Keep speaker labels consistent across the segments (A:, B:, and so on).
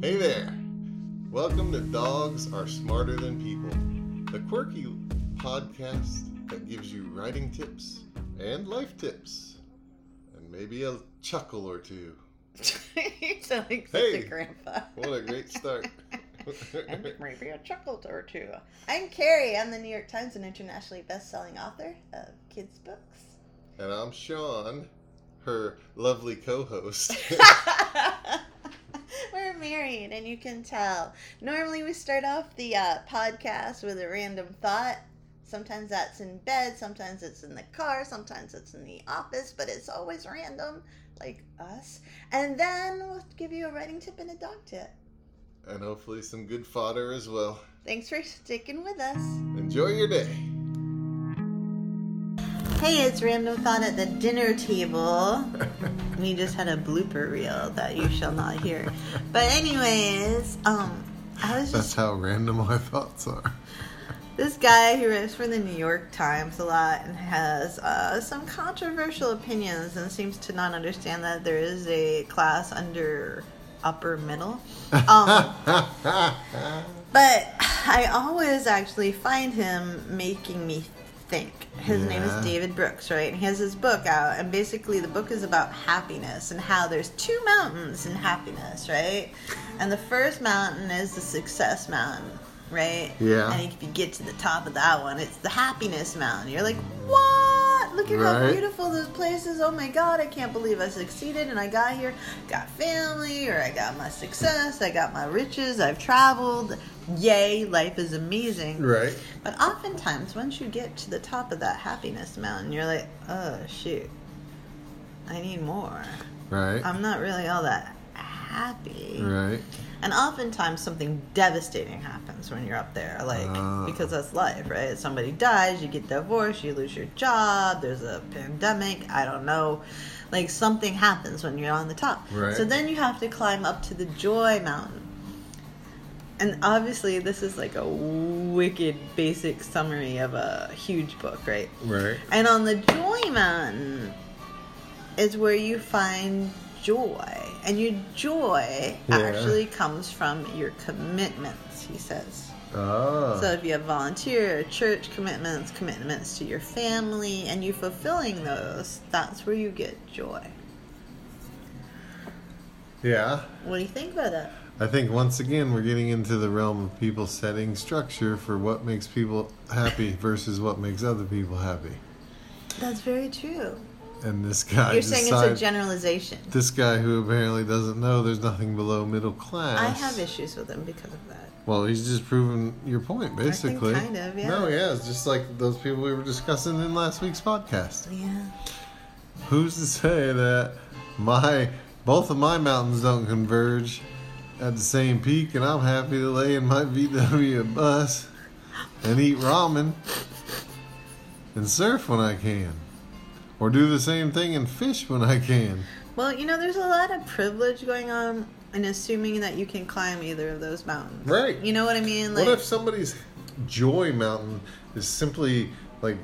A: Hey there! Welcome to Dogs Are Smarter Than People, the quirky podcast that gives you writing tips and life tips, and maybe a chuckle or two.
B: you sound like such
A: Hey.
B: a grandpa.
A: What a great start!
B: and maybe a chuckle or two. I'm Carrie. I'm the New York Times and internationally best-selling author of kids' books.
A: and I'm Sean, her lovely co host.
B: We're married, and you can tell. Normally, we start off the uh, podcast with a random thought. Sometimes that's in bed, sometimes it's in the car, sometimes it's in the office, but it's always random, like us. And then we'll give you a writing tip and a dog tip.
A: and hopefully some good fodder as well.
B: Thanks for sticking with us.
A: Enjoy your day!
B: Hey, it's Random Thought at the dinner table. we just had a blooper reel that you shall not hear. But anyways, um, I was just
A: That's how random our thoughts are.
B: this guy who writes for the New York Times a lot and has uh, some controversial opinions and seems to not understand that there is a class under upper middle. Um, But I always actually find him making me think. His name
A: Yeah.
B: is David Brooks, right? And he has his book out, and basically the book is about happiness and how there's two mountains in happiness, right? And the first mountain is the success mountain, right?
A: Yeah.
B: And if you get to the top of that one, it's the happiness mountain. You're like, what? Look at how
A: Right.
B: beautiful those places. Oh my god, I can't believe I succeeded and I got here. Got family, or I got my success, I got my riches, I've traveled. Yay, life is amazing.
A: right?
B: But oftentimes, once you get to the top of that happiness mountain, you're like, oh shoot, I need more.
A: Right?
B: I'm not really all that happy.
A: right?
B: And oftentimes something devastating happens when you're up there, like
A: Oh.
B: because that's life, right? Somebody dies, you get divorced, you lose your job, there's a pandemic, I don't know. Like something happens when you're on the top.
A: Right.
B: So then you have to climb up to the joy mountain. And obviously this is like a wicked basic summary of a huge book, right?
A: Right?
B: And on the Joy Mountain is where you find joy. And your joy
A: Yeah.
B: actually comes from your commitments, he says.
A: Oh.
B: So if you have volunteer, church commitments, commitments to your family, and you fulfilling those, that's where you get joy.
A: yeah.
B: What do you think about that?
A: I think once again we're getting into the realm of people setting structure for what makes people happy versus what makes other people happy.
B: That's very true.
A: And this guy
B: You're saying
A: decide-
B: it's a generalization.
A: this guy who apparently doesn't know there's nothing below middle class.
B: I have issues with them because of that.
A: Well, he's just proving your point basically.
B: kind of, yeah.
A: No, yeah, it's just like those people we were discussing in last week's podcast.
B: Yeah.
A: Who's to say that my both of my mountains don't converge at the same peak, and I'm happy to lay in my VW bus and eat ramen and surf when I can, or do the same thing and fish when I can.
B: Well, you know, there's a lot of privilege going on in assuming that you can climb either of those mountains.
A: Right.
B: You know what I mean?
A: what if somebody's joy mountain is simply like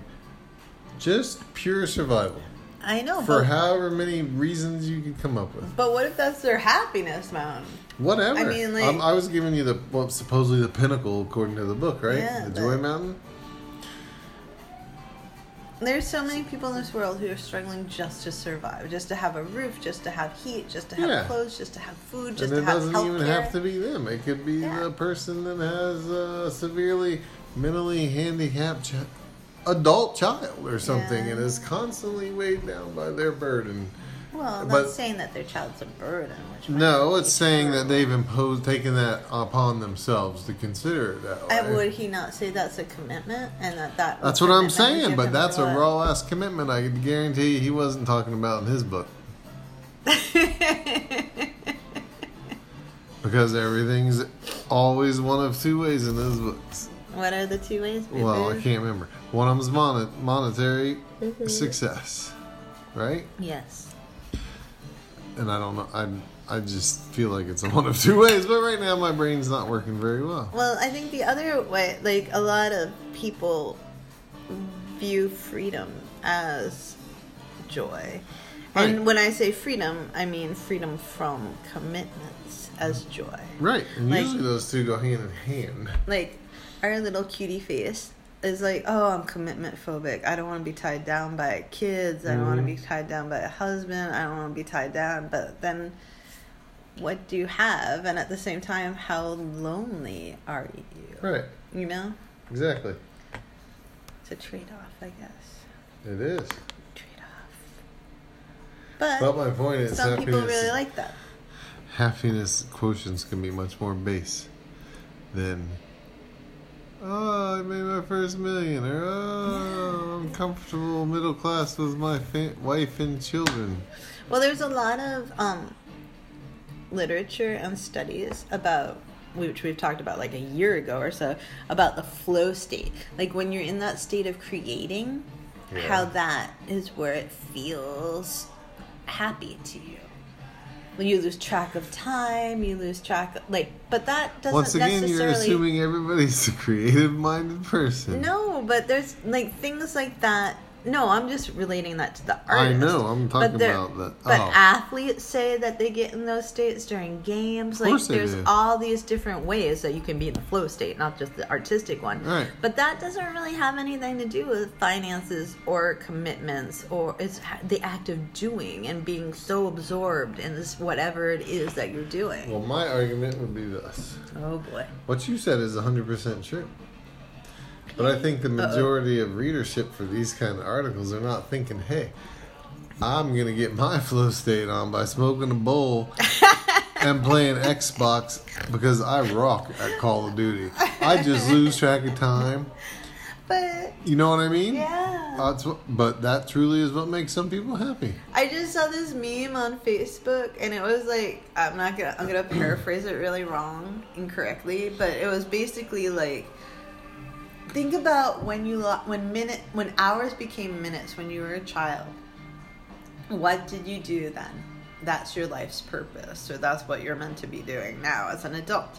A: just pure survival
B: I know,
A: for
B: but,
A: however many reasons you can come up with?
B: but what if that's their happiness mountain?
A: Whatever.
B: I mean, like-
A: um, I was giving you the well, supposedly the pinnacle according to the book, right?
B: Yeah,
A: the
B: but-
A: Joy Mountain.
B: There's so many people in this world who are struggling just to survive, just to have a roof, just to have heat, just to have
A: Yeah.
B: clothes, just to have food,
A: And
B: just
A: it
B: to have
A: doesn't
B: healthcare.
A: even have to be them. It could be
B: Yeah.
A: the person that has a severely mentally handicapped chi- adult child or something
B: Yeah.
A: and is constantly weighed down by their burden.
B: well,
A: but-
B: not saying that their child's a burden. Which
A: No,
B: might
A: it's
B: be
A: saying
B: true.
A: that they've imposed, taken that upon themselves to consider it that way.
B: And would he not say that's a commitment and that that?
A: That's what I'm
B: commitment would
A: saying,
B: give
A: but
B: him
A: that's
B: joy?
A: a raw ass commitment. I can guarantee you he wasn't talking about in his book. because everything's always one of two ways in his books.
B: What are the two ways? boo-boo?
A: Well, I can't remember. One of them's mon- monetary
B: Mm-hmm.
A: success, right?
B: Yes.
A: And I don't know. I I just feel like it's one of two ways, but right now my brain's not working very well.
B: Well, I think the other way, like a lot of people view freedom as joy.
A: Right.
B: And when I say freedom, I mean freedom from commitments as joy.
A: Right. And
B: Like-
A: usually those two go hand in hand.
B: Like, our little cutie face is like, oh, I'm commitment phobic. I don't want to be tied down by kids. I don't want to
A: Mhm.
B: be tied down by a husband. I don't want to be tied down. But then, what do you have? And at the same time, how lonely are you?
A: Right.
B: You know?
A: Exactly.
B: It's a trade off, I guess.
A: It is.
B: Trade off.
A: But
B: But
A: my point is
B: some people
A: happiness,
B: really like that.
A: happiness quotients can be much more base than oh, I made my first million or oh, I'm comfortable middle class with my fa- wife and children.
B: Well, there's a lot of um, literature and studies about which we've talked about like a year ago or so about the flow state. Like when you're in that state of creating,
A: Yeah.
B: how that is where it feels happy to you. When you lose track of time, you lose track of, like but that doesn't
A: Once again,
B: necessarily
A: you're assuming everybody's a creative minded person.
B: No, but there's like things like that. No, I'm just relating that to the
A: I
B: artist.
A: know, I'm
B: But
A: talking
B: they're-
A: about the-
B: But
A: oh.
B: athletes say that they get in those states during games. Like
A: course they
B: there's
A: do.
B: all these different ways that you can be in the flow state, not just the artistic one.
A: Right.
B: But that doesn't really have anything to do with finances or commitments, or it's ha- the act of doing and being so absorbed in this whatever it is that you're doing.
A: Well, my argument would be this.
B: oh boy.
A: What you said is 100% true. But I think the majority of readership for these kind of articles are not thinking, hey, I'm going to get my flow state on by smoking a bowl and playing Xbox because I rock at Call of Duty. I just lose track of time.
B: But
A: You know what I mean?
B: yeah.
A: That's what, but that truly is what makes some people happy.
B: I just saw this meme on Facebook, and it was like I'm not gonna I'm gonna paraphrase it really wrong, incorrectly, but it was basically like think about when you lo- when minute when hours became minutes when you were a child. What did you do then? That's your life's purpose, or that's what you're meant to be doing now as an adult.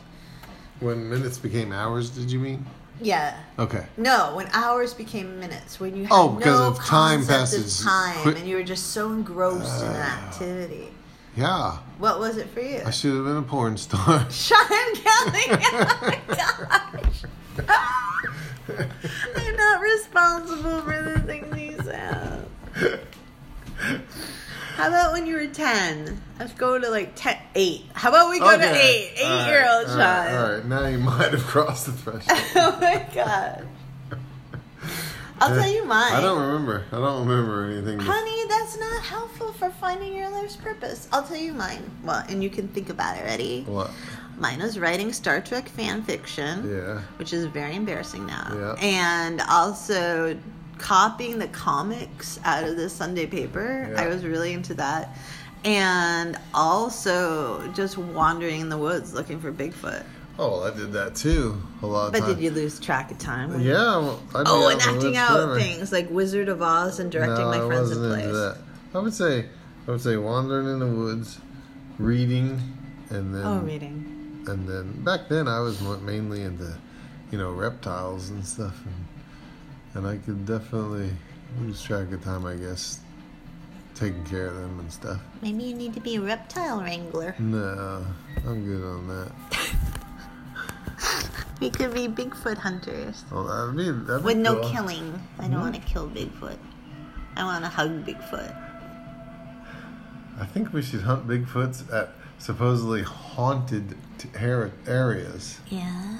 A: When minutes became hours, did you mean?
B: Yeah.
A: Okay.
B: No, when hours became minutes, when you had
A: Oh, because
B: no
A: of time
B: concept of
A: passes Oh.
B: time,
A: quick-
B: and you were just so engrossed in an activity.
A: Yeah.
B: What was it for you?
A: I should have been a porn star.
B: Sean Kelly. Oh my gosh. I'm not responsible for the things you said. How about when you were 10? Let's go to like 10, 8. How about we go to 8? 8
A: All right,
B: year old
A: all
B: Sean.
A: right, all right, now you might have crossed the threshold.
B: Oh my god. I'll tell you mine.
A: I don't remember. I don't remember anything.
B: Honey, that's not helpful for finding your life's purpose. I'll tell you mine. Well, and you can think about it. Ready?
A: What?
B: Mine was writing Star Trek fan fiction.
A: Yeah.
B: which is very embarrassing now.
A: Yeah.
B: And also copying the comics out of the Sunday paper.
A: Yeah.
B: I was really into that. And also just wandering in the woods looking for Bigfoot.
A: Oh, well, I did that too a lot of
B: But
A: times.
B: did you lose track of time?
A: Yeah. well, I'd be
B: Oh,
A: out in the
B: and acting
A: woods
B: out
A: forever.
B: things like Wizard of Oz and directing
A: no,
B: my friends
A: I
B: in
A: wasn't
B: plays.
A: into that. I would say, I would say wandering in the woods, reading, and then
B: Oh, reading.
A: and then back then I was mo- mainly into, you know, reptiles and stuff, and, and I could definitely lose track of time. I guess taking care of them and stuff.
B: Maybe you need to be a reptile wrangler.
A: No, I'm good on that.
B: We could be Bigfoot hunters.
A: Well, that'd be, that'd be
B: With no
A: cool. Hmm?
B: killing. I don't want to kill Bigfoot. I want to hug Bigfoot.
A: I think we should hunt Bigfoots at supposedly haunted t- har- areas.
B: Yeah.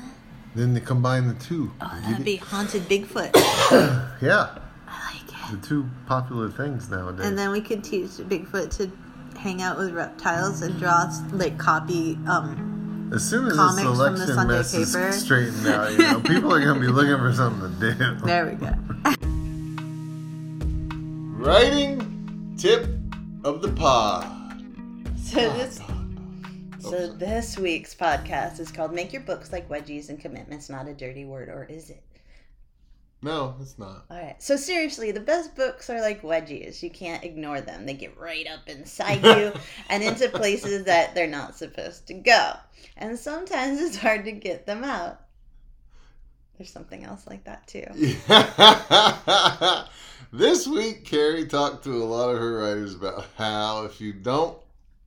A: Then they combine the two.
B: Oh,
A: Get
B: that'd
A: it?
B: be haunted Bigfoot.
A: Yeah,
B: I like
A: the
B: it.
A: two popular things nowadays.
B: And then we could teach Bigfoot to hang out with reptiles and draw like copy. Um,
A: as soon as
B: comics
A: this
B: from the
A: election
B: Sunday
A: mess is
B: paper.
A: straightened out, you know, people are gonna be looking for something to do.
B: there we go.
A: Writing tip of the pod.
B: so this. So this week's podcast is called "Make Your Books Like Wedgies and Commitments Not a Dirty Word, or is it?"
A: No, it's not.
B: All right. So seriously, the best books are like wedgies. You can't ignore them. They get right up inside you and into places that they're not supposed to go. And sometimes it's hard to get them out. There's something else like that too.
A: This week, Carrie talked to a lot of her writers about how if you don't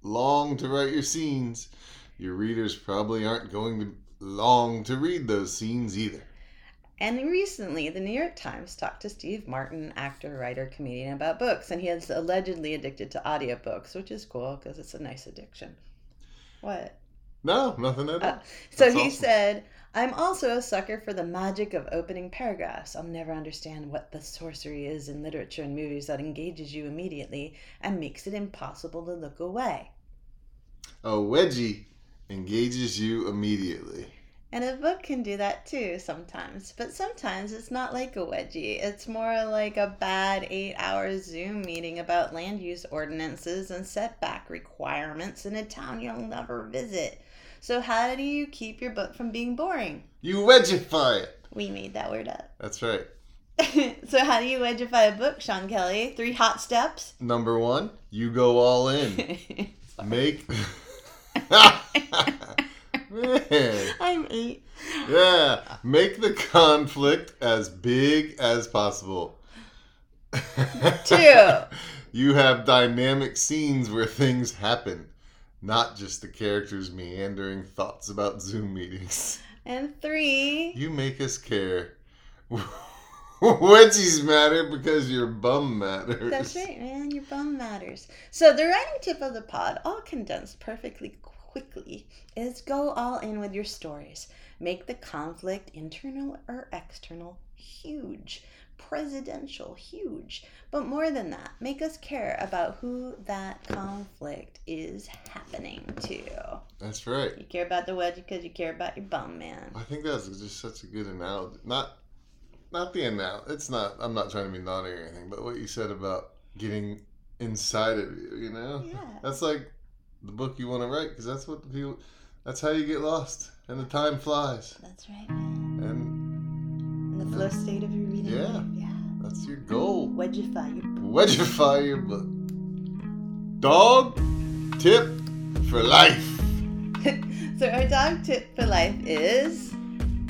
A: long to write your scenes, your readers probably aren't going to long to read those scenes either.
B: And recently, the New York Times talked to Steve Martin, actor, writer, comedian, about books, and he is allegedly addicted to audiobooks, which is cool because it's a nice addiction. What?
A: No, nothing at all.
B: Uh, so
A: That's
B: he
A: awesome.
B: said, I'm also a sucker for the magic of opening paragraphs. I'll never understand what the sorcery is in literature and movies that engages you immediately and makes it impossible to look away.
A: A wedgie engages you immediately.
B: And a book can do that too sometimes, but sometimes it's not like a wedgie. It's more like a bad eight hour Zoom meeting about land use ordinances and setback requirements in a town you'll never visit. So, how do you keep your book from being boring?
A: You wedgify it.
B: We made that word up.
A: That's right.
B: so, how do you wedgeify a book, Sean Kelly? Three hot steps?
A: Number one, you go all in.
B: I'm
A: Make. Man.
B: eight.
A: Yeah, make the conflict as big as possible.
B: Two.
A: you have dynamic scenes where things happen, not just the characters meandering thoughts about Zoom meetings.
B: And three.
A: You make us care. Wedgies matter because your bum matters.
B: That's right, man. Your bum matters. So the writing tip of the pod, all condensed perfectly quickly, is go all in with your stories. Make the conflict, internal or external, huge. Presidential, huge. But more than that, make us care about who that conflict is happening to.
A: That's right.
B: You care about the wedge because you care about your bum, man.
A: I think that's just such a good analogy. Not, not the analogy. It's not. I'm not trying to be naughty or anything. But what you said about getting inside of you, you know,
B: Yeah.
A: that's like the book you want to write because that's what the people. That's how you get lost, and the time flies,
B: That's right, man.
A: and
B: And the flow state of your reading.
A: Yeah.
B: Yeah.
A: that's your goal.
B: Wedgeify your
A: Wedgeify your book. Dog tip for life.
B: so our dog tip for life is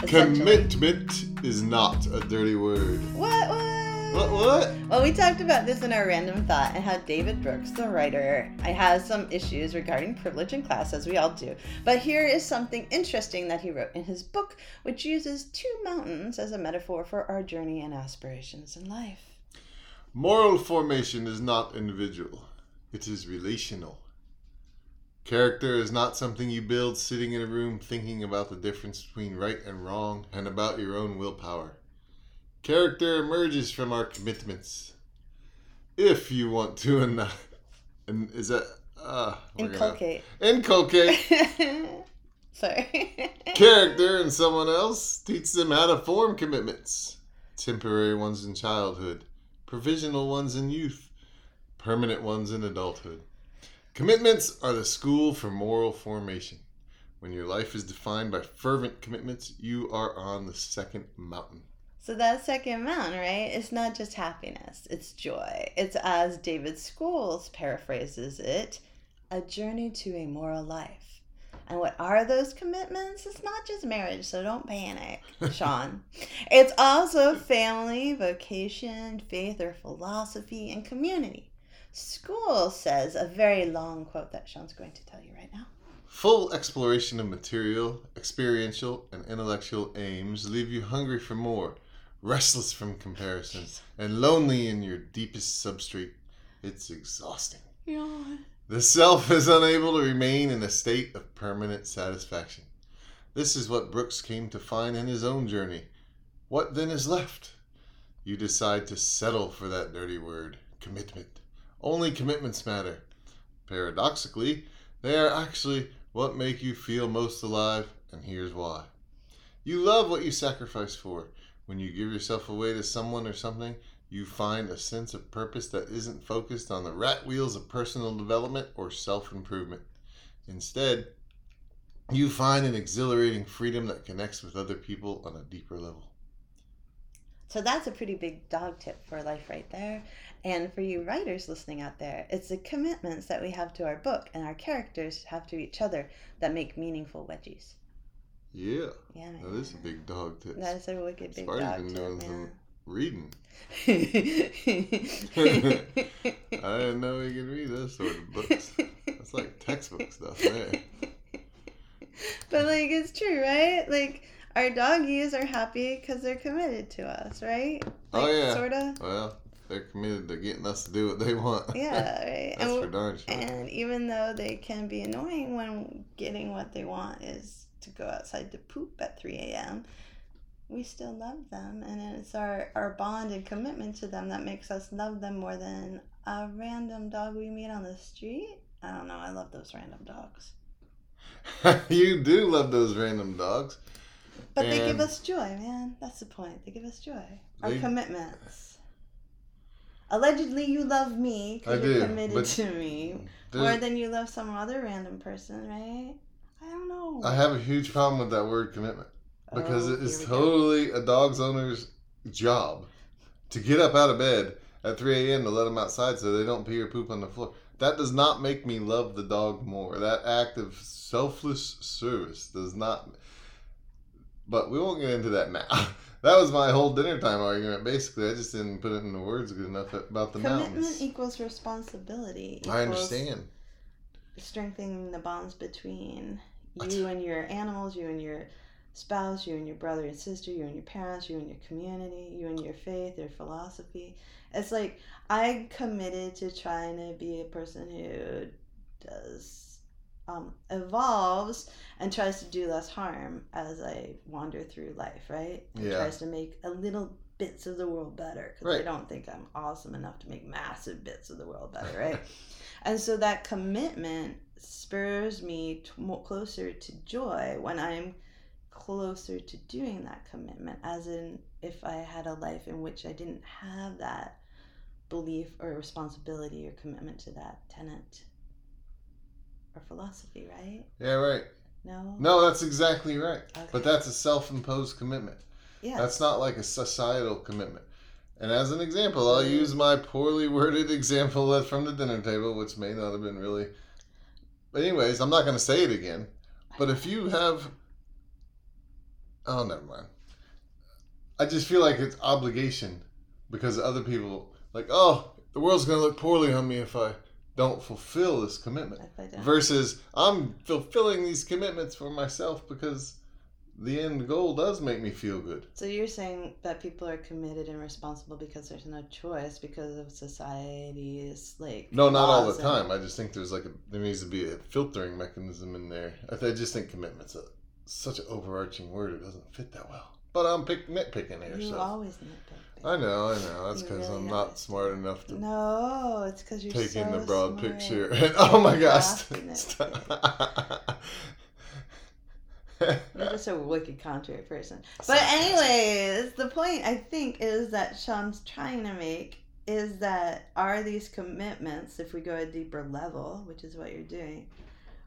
B: essentially-
A: Commitment is not a dirty word.
B: What, what?
A: What? What?
B: Well, we talked about this in our random thought and how David Brooks, the writer, I has some issues regarding privilege in class, as we all do. But here is something interesting that he wrote in his book, which uses two mountains as a metaphor for our journey and aspirations in life.
A: Moral formation is not individual, it is relational. Character is not something you build sitting in a room thinking about the difference between right and wrong and about your own willpower. Character emerges from our commitments. If you want to, and, and is that. Uh, we're gonna-
B: Inculcate.
A: inculcate
B: Sorry.
A: character in someone else, teach them how to form commitments. Temporary ones in childhood, provisional ones in youth, permanent ones in adulthood. Commitments are the school for moral formation. When your life is defined by fervent commitments, you are on the second mountain.
B: So that second mountain, right? It's not just happiness, it's joy. It's as David Schools paraphrases it, a journey to a moral life. And what are those commitments? It's not just marriage, so don't panic, Sean. it's also family, vocation, faith or philosophy, and community. School says a very long quote that Sean's going to tell you right now.
A: Full exploration of material, experiential, and intellectual aims leave you hungry for more, restless from comparison, and lonely in your deepest substrate. It's exhausting. The self is unable to remain in a state of permanent satisfaction. This is what Brooks came to find in his own journey. What then is left? You decide to settle for that dirty word, commitment. Only commitments matter. Paradoxically, they are actually what make you feel most alive, and here's why. You love what you sacrifice for. When you give yourself away to someone or something, you find a sense of purpose that isn't focused on the rat wheels of personal development or self improvement. Instead, you find an exhilarating freedom that connects with other people on a deeper level.
B: So that's a pretty big dog tip for life right there. And for you writers listening out there, it's the commitments that we have to our book and our characters have to each other that make meaningful wedgies.
A: Yeah,
B: Yeah.
A: that is a big dog tip.
B: That is a wicked big
A: Sparty's
B: dog
A: been
B: tip.
A: doing
B: yeah.
A: some reading.
B: That's
A: I didn't know he could read those sort of books. That's like textbook stuff there.
B: But like it's true, right? Like our doggies are happy because they're committed to us, right?
A: Oh,
B: Like,
A: yeah.
B: Sorta.
A: Well, they're committed to getting us to do what they want.
B: Yeah. Right.
A: That's
B: and,
A: for darn sure.
B: and even though they can be annoying when getting what they want is to go outside to poop at 3 a.m., we still love them. And it's our, our bond and commitment to them that makes us love them more than a random dog we meet on the street. I don't know. I love those random dogs.
A: you do love those random dogs.
B: But they give
A: And-
B: us joy, man. That's the point. They give us joy. Our
A: They-
B: commitments. Allegedly, you love me
A: I
B: because you're
A: do,
B: committed
A: but-
B: to me more
A: There's-
B: than you love some other random person, right? I don't know.
A: I have a huge problem with that word commitment because
B: Oh,
A: it is
B: here we go.
A: totally a dog's owner's job to get up out of bed at 3 a.m. to let them outside so they don't pee or poop on the floor. That does not make me love the dog more. That act of selfless service does not. But we won't get into that now. That was my whole dinner time argument. Basically, I just didn't put it into words good enough about the
B: Commitment
A: mountains.
B: equals responsibility.
A: I
B: equals
A: understand.
B: Strengthening the bonds between
A: I t-
B: you and your animals, you and your spouse, you and your brother and sister, you and your parents, you and your community, you and your faith, your philosophy. It's like I committed to trying to be a person who does um, evolves and tries to do less harm as I wander through life, right? And
A: Yeah.
B: tries to make a little bits of the world better because I
A: Right.
B: don't think I'm awesome enough to make massive bits of the world better, right? and so that commitment spurs me t- mo- closer to joy when I'm closer to doing that commitment, as in if I had a life in which I didn't have that belief or responsibility or commitment to that tenet or philosophy, right?
A: Yeah, right.
B: No?
A: No, that's exactly right.
B: Okay.
A: But that's a self imposed commitment.
B: Yeah.
A: That's not like a societal commitment. And as an example, I'll use my poorly worded example left from the dinner table, which may not have been really. But, anyways, I'm not going to say it again. But if you have. Oh, never mind. I just feel like it's obligation because other people, like, oh, the world's going to look poorly on me if I don't fulfill this commitment
B: If I don't.
A: versus I'm fulfilling these commitments for myself because the end goal does make me feel good.
B: so you're saying that people are committed and responsible because there's no choice because of society's like
A: No, not all
B: laws
A: the
B: and-
A: time. I just think there's like a there needs to be a filtering mechanism in there. I, th- I just think commitment's a, such an overarching word. It doesn't fit that well. But I'm pick, nitpicking here,
B: You
A: so
B: always nitpick. babe.
A: I know, I know. That's
B: You
A: because
B: really
A: I'm
B: are.
A: not smart enough to
B: No, it's because you're
A: take
B: so
A: in the broad
B: smart.
A: picture. And, oh my gosh!
B: crafting it. You're
A: stop.
B: just a wicked contrary person. But
A: Sarcasm.
B: anyways, the point I think is that Sean's trying to make is that are these commitments, if we go a deeper level, which is what you're doing,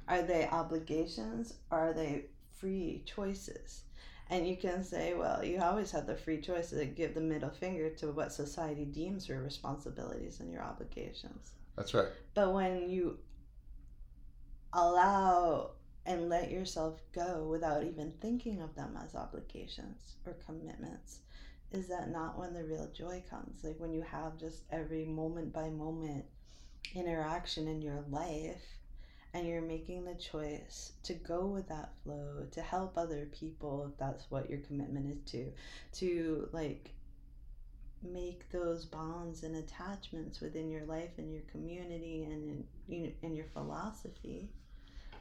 B: are they obligations? Or are they free choices? And you can say, well, you always have the free choice to give the middle finger to what society deems your responsibilities and your obligations.
A: That's right.
B: But when you allow and let yourself go without even thinking of them as obligations or commitments, is that not when the real joy comes? Like when you have just every moment by moment interaction in your life and you're making the choice to go with that flow, to help other people if that's what your commitment is to, to like make those bonds and attachments within your life and your community and in, you know, and your philosophy.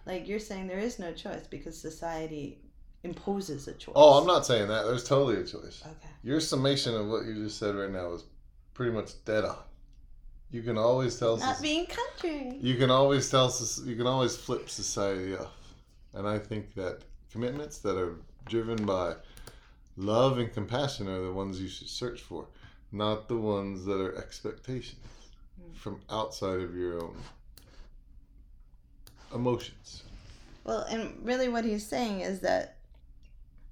B: Like you're saying, there is no choice because society imposes a choice.
A: Oh, I'm not saying that. There's totally a choice.
B: Okay.
A: Your summation of what you just said right now is pretty much dead on. You can always tell.
B: Not
A: soc-
B: being country.
A: you can always tell. soc- You can always flip society off, and I think that commitments that are driven by love and compassion are the ones you should search for, not the ones that are expectations
B: Hmm.
A: from outside of your own emotions.
B: Well, and really what he's saying is that,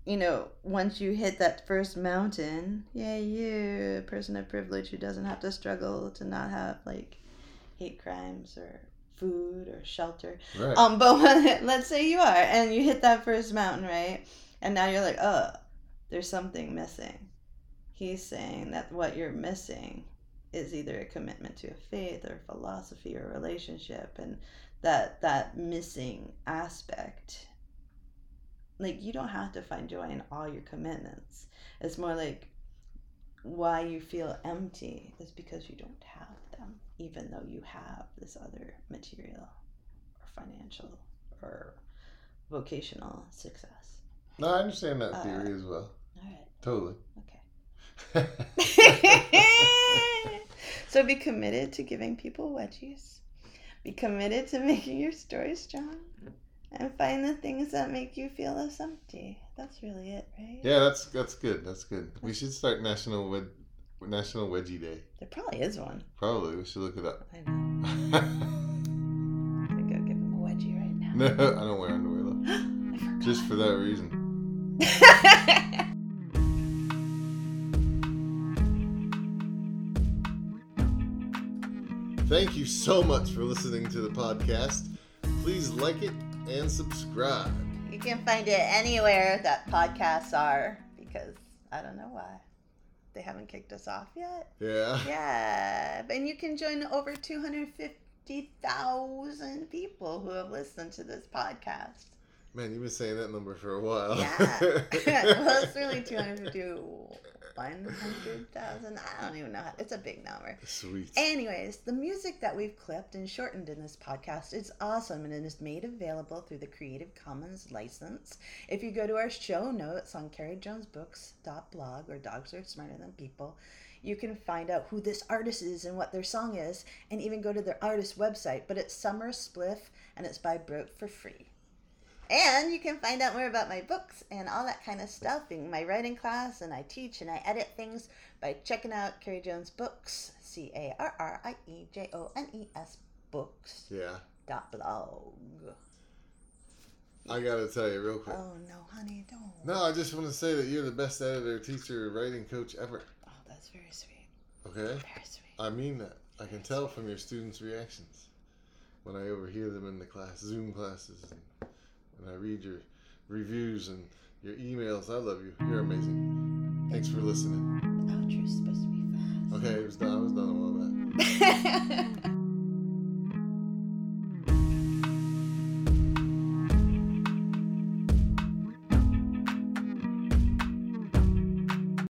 B: you know, once you hit that first mountain, yay, you, a person of privilege who doesn't have to struggle to not have, like, hate crimes or food or shelter.
A: Right.
B: Um, but when, let's say you are, and you hit that first mountain, right? And now you're like, oh, there's something "Uh, missing. He's saying that what you're missing is either a commitment to a faith or philosophy or relationship and that that missing aspect like you don't have to find joy in all your commitments. It's more like why you feel empty is because you don't have them, even though you have this other material or financial or vocational success.
A: No, I understand that
B: Uh,
A: theory as well.
B: All right.
A: Totally.
B: Okay.
A: I
B: so be committed to giving people wedgies. Be committed to making your story strong. And find the things that make you feel less empty. That's really it, right?
A: Yeah, that's that's good. That's good. We should start National Wed National Wedgie Day.
B: There probably is one.
A: Probably. We should look it up.
B: I know. I'm gonna go give him a wedgie right now.
A: no, I don't wear underwear though.
B: I forgot.
A: Just for that reason. Thank you so much for listening to the podcast. Please like it and subscribe.
B: you can find it anywhere that podcasts are because I don't know why. They haven't kicked us off yet.
A: Yeah.
B: Yeah, and you can join over 250,000 people who have listened to this podcast.
A: Man, you've been saying that number for a while.
B: Yeah. well, it's really 250, 100,000. I don't even know. How, it's a big number.
A: Sweet.
B: Anyways, the music that we've clipped and shortened in this podcast is awesome and it is made available through the Creative Commons license. If you go to our show notes on carriejonesbooks.blog or Dogs Are Smarter Than People, you can find out who this artist is and what their song is, and even go to their artist website. But it's Summer Spliff and it's by Broke for free. And you can find out more about my books and all that kind of stuff in my writing class, and I teach and I edit things by checking out Carrie Jones Books, C A R R I E J O N E S Books
A: yeah.
B: dot blog.
A: I gotta tell you real quick.
B: Oh no, honey, don't.
A: No, I just want to say that you're the best editor, teacher, writing coach ever.
B: Oh, that's very sweet.
A: Okay?
B: Very sweet.
A: I mean that. I can tell from your students' reactions when I overhear them in the class, Zoom classes, and when I read your reviews and your emails. I love you. You're amazing. Thanks for listening.
B: Oh, Outro's supposed to be fast.
A: Okay, it was done. I was done a while back.
B: Okay.